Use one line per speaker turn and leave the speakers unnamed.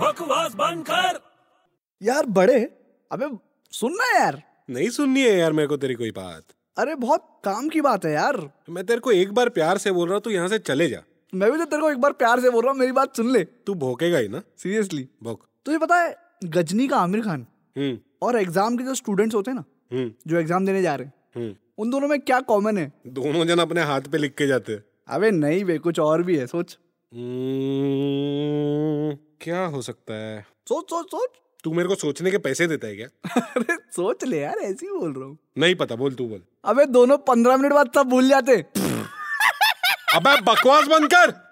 बकवास बंद कर
यार बड़े अबे सुनना यार
नहीं सुननी है यार मेरे को तेरी कोई बात
अरे बहुत काम की बात है यार
मैं तेरे को एक बार प्यार से बोल रहा हूँ तू यहाँ से चले जा
मैं भी तो तेरे को एक बार प्यार से बोल रहा हूँ मेरी बात सुन ले
तू भोकेगा ही ना
सीरियसली
भोक
तुझे पता है गजनी का आमिर खान
हम्म
और एग्जाम के जो स्टूडेंट्स होते हैं ना
हम्म
जो एग्जाम देने जा रहे हैं
हम्म
उन दोनों में क्या कॉमन है
दोनों जन अपने हाथ पे लिख के जाते हैं
अबे नहीं बे कुछ और भी है सोच
हम्म, क्या हो सकता है
सोच सोच सोच
तू मेरे को सोचने के पैसे देता है क्या
अरे सोच ले यार ऐसे ही बोल रहा हूँ
नहीं पता बोल तू बोल
अबे दोनों पंद्रह मिनट बाद सब भूल जाते
अबे बकवास बंद कर